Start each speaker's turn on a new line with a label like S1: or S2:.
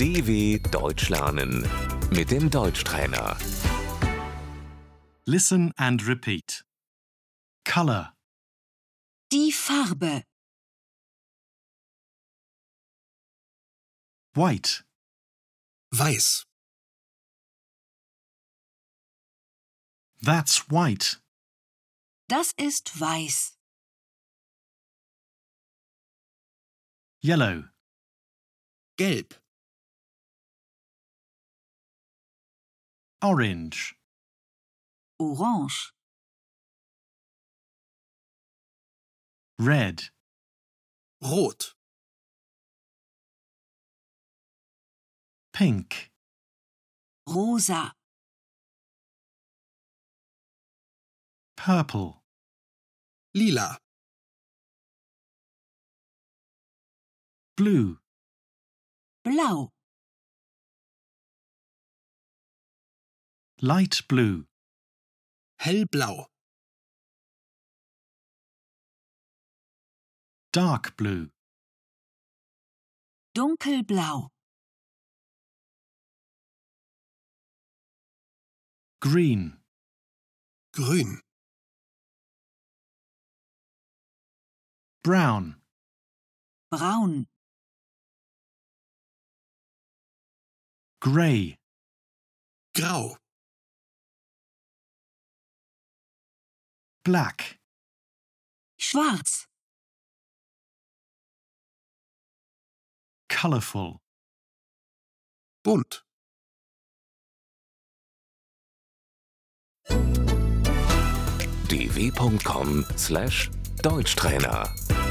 S1: DW Deutsch lernen mit dem Deutschtrainer.
S2: Listen and repeat. Color,
S3: Die Farbe.
S2: white,
S4: Weiß.
S2: that's white,
S3: Das ist weiß.
S2: yellow,
S4: Gelb.
S2: orange,
S3: Orange.
S2: red,
S4: Rot.
S2: pink,
S3: Rosa.
S2: purple,
S4: Lila.
S2: blue,
S3: Blau.
S2: light blue,
S4: Hellblau.
S2: dark blue,
S3: Dunkelblau.
S2: green,
S4: Grün.
S2: brown,
S3: Braun.
S2: grey,
S4: Grau.
S2: black,
S3: Schwarz.
S2: colourful,
S4: Bunt.
S1: dw.com/deutschtrainer